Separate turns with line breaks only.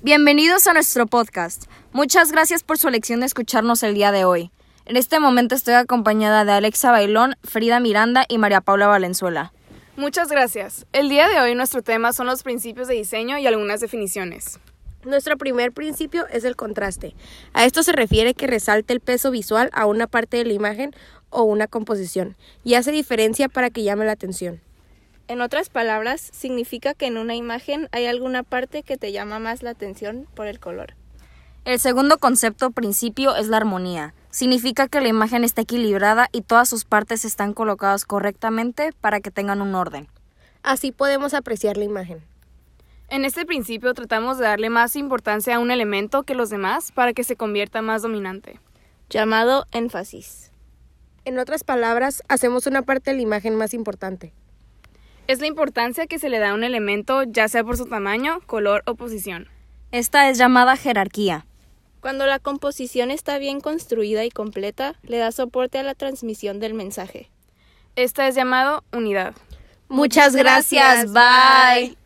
Bienvenidos a nuestro podcast. Muchas gracias por su elección de escucharnos el día de hoy. En este momento estoy acompañada de Alexa Bailón, Frida Miranda y María Paula Valenzuela.
Muchas gracias. El día de hoy nuestro tema son los principios de diseño y algunas definiciones.
Nuestro primer principio es el contraste. A esto se refiere que resalte el peso visual a una parte de la imagen o una composición y hace diferencia para que llame la atención.
En otras palabras, significa que en una imagen hay alguna parte que te llama más la atención por el color.
El segundo concepto o principio es la armonía. Significa que la imagen está equilibrada y todas sus partes están colocadas correctamente para que tengan un orden.
Así podemos apreciar la imagen.
En este principio tratamos de darle más importancia a un elemento que los demás para que se convierta más dominante.
Llamado énfasis.
En otras palabras, hacemos una parte de la imagen más importante.
Es la importancia que se le da a un elemento, ya sea por su tamaño, color o posición.
Esta es llamada jerarquía.
Cuando la composición está bien construida y completa, le da soporte a la transmisión del mensaje.
Esta es llamado unidad.
Muchas gracias. Bye.